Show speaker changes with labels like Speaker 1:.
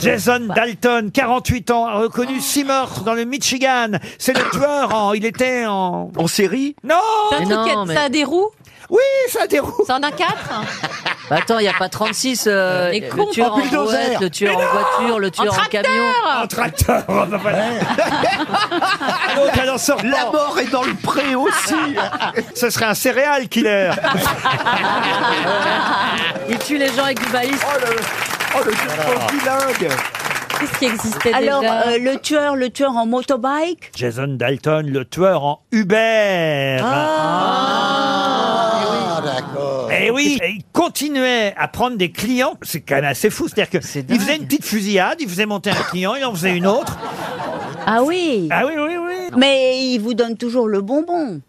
Speaker 1: Jason Dalton, 48 ans, a reconnu six meurtres dans le Michigan. C'est le tueur en, il était en...
Speaker 2: En série
Speaker 1: Non
Speaker 3: C'est un
Speaker 4: Mais
Speaker 3: truc
Speaker 4: non,
Speaker 3: qui a-
Speaker 4: mais-
Speaker 3: ça a des roues
Speaker 1: Oui, ça déroule.
Speaker 3: Ça en a quatre hein
Speaker 4: Bah attends, il n'y a pas 36. euh,
Speaker 3: Les cons,
Speaker 4: le tueur
Speaker 2: en
Speaker 4: en
Speaker 2: bulldozer.
Speaker 4: boîte, le tueur en voiture, le tueur en,
Speaker 3: tracteur
Speaker 4: camion.
Speaker 1: Un tracteur. oh, bah voilà. Donc, elle en sort pas.
Speaker 2: La mort est dans le pré aussi
Speaker 1: Ce serait un céréal killer.
Speaker 4: Il tue les gens avec du balice.
Speaker 2: Oh le, oh, le jeu bilingue
Speaker 3: Qu'est-ce qui existait
Speaker 5: Alors,
Speaker 3: déjà
Speaker 5: euh, le tueur, le tueur en motobike
Speaker 1: Jason Dalton, le tueur en Uber.
Speaker 6: Ah, d'accord.
Speaker 1: Eh oui, et il continuait à prendre des clients. C'est quand même assez fou. C'est-à-dire que
Speaker 4: C'est dingue.
Speaker 1: il faisait une petite fusillade, il faisait monter un client, il en faisait une autre.
Speaker 5: Ah oui
Speaker 1: Ah oui, oui, oui.
Speaker 5: Mais il vous donne toujours le bonbon.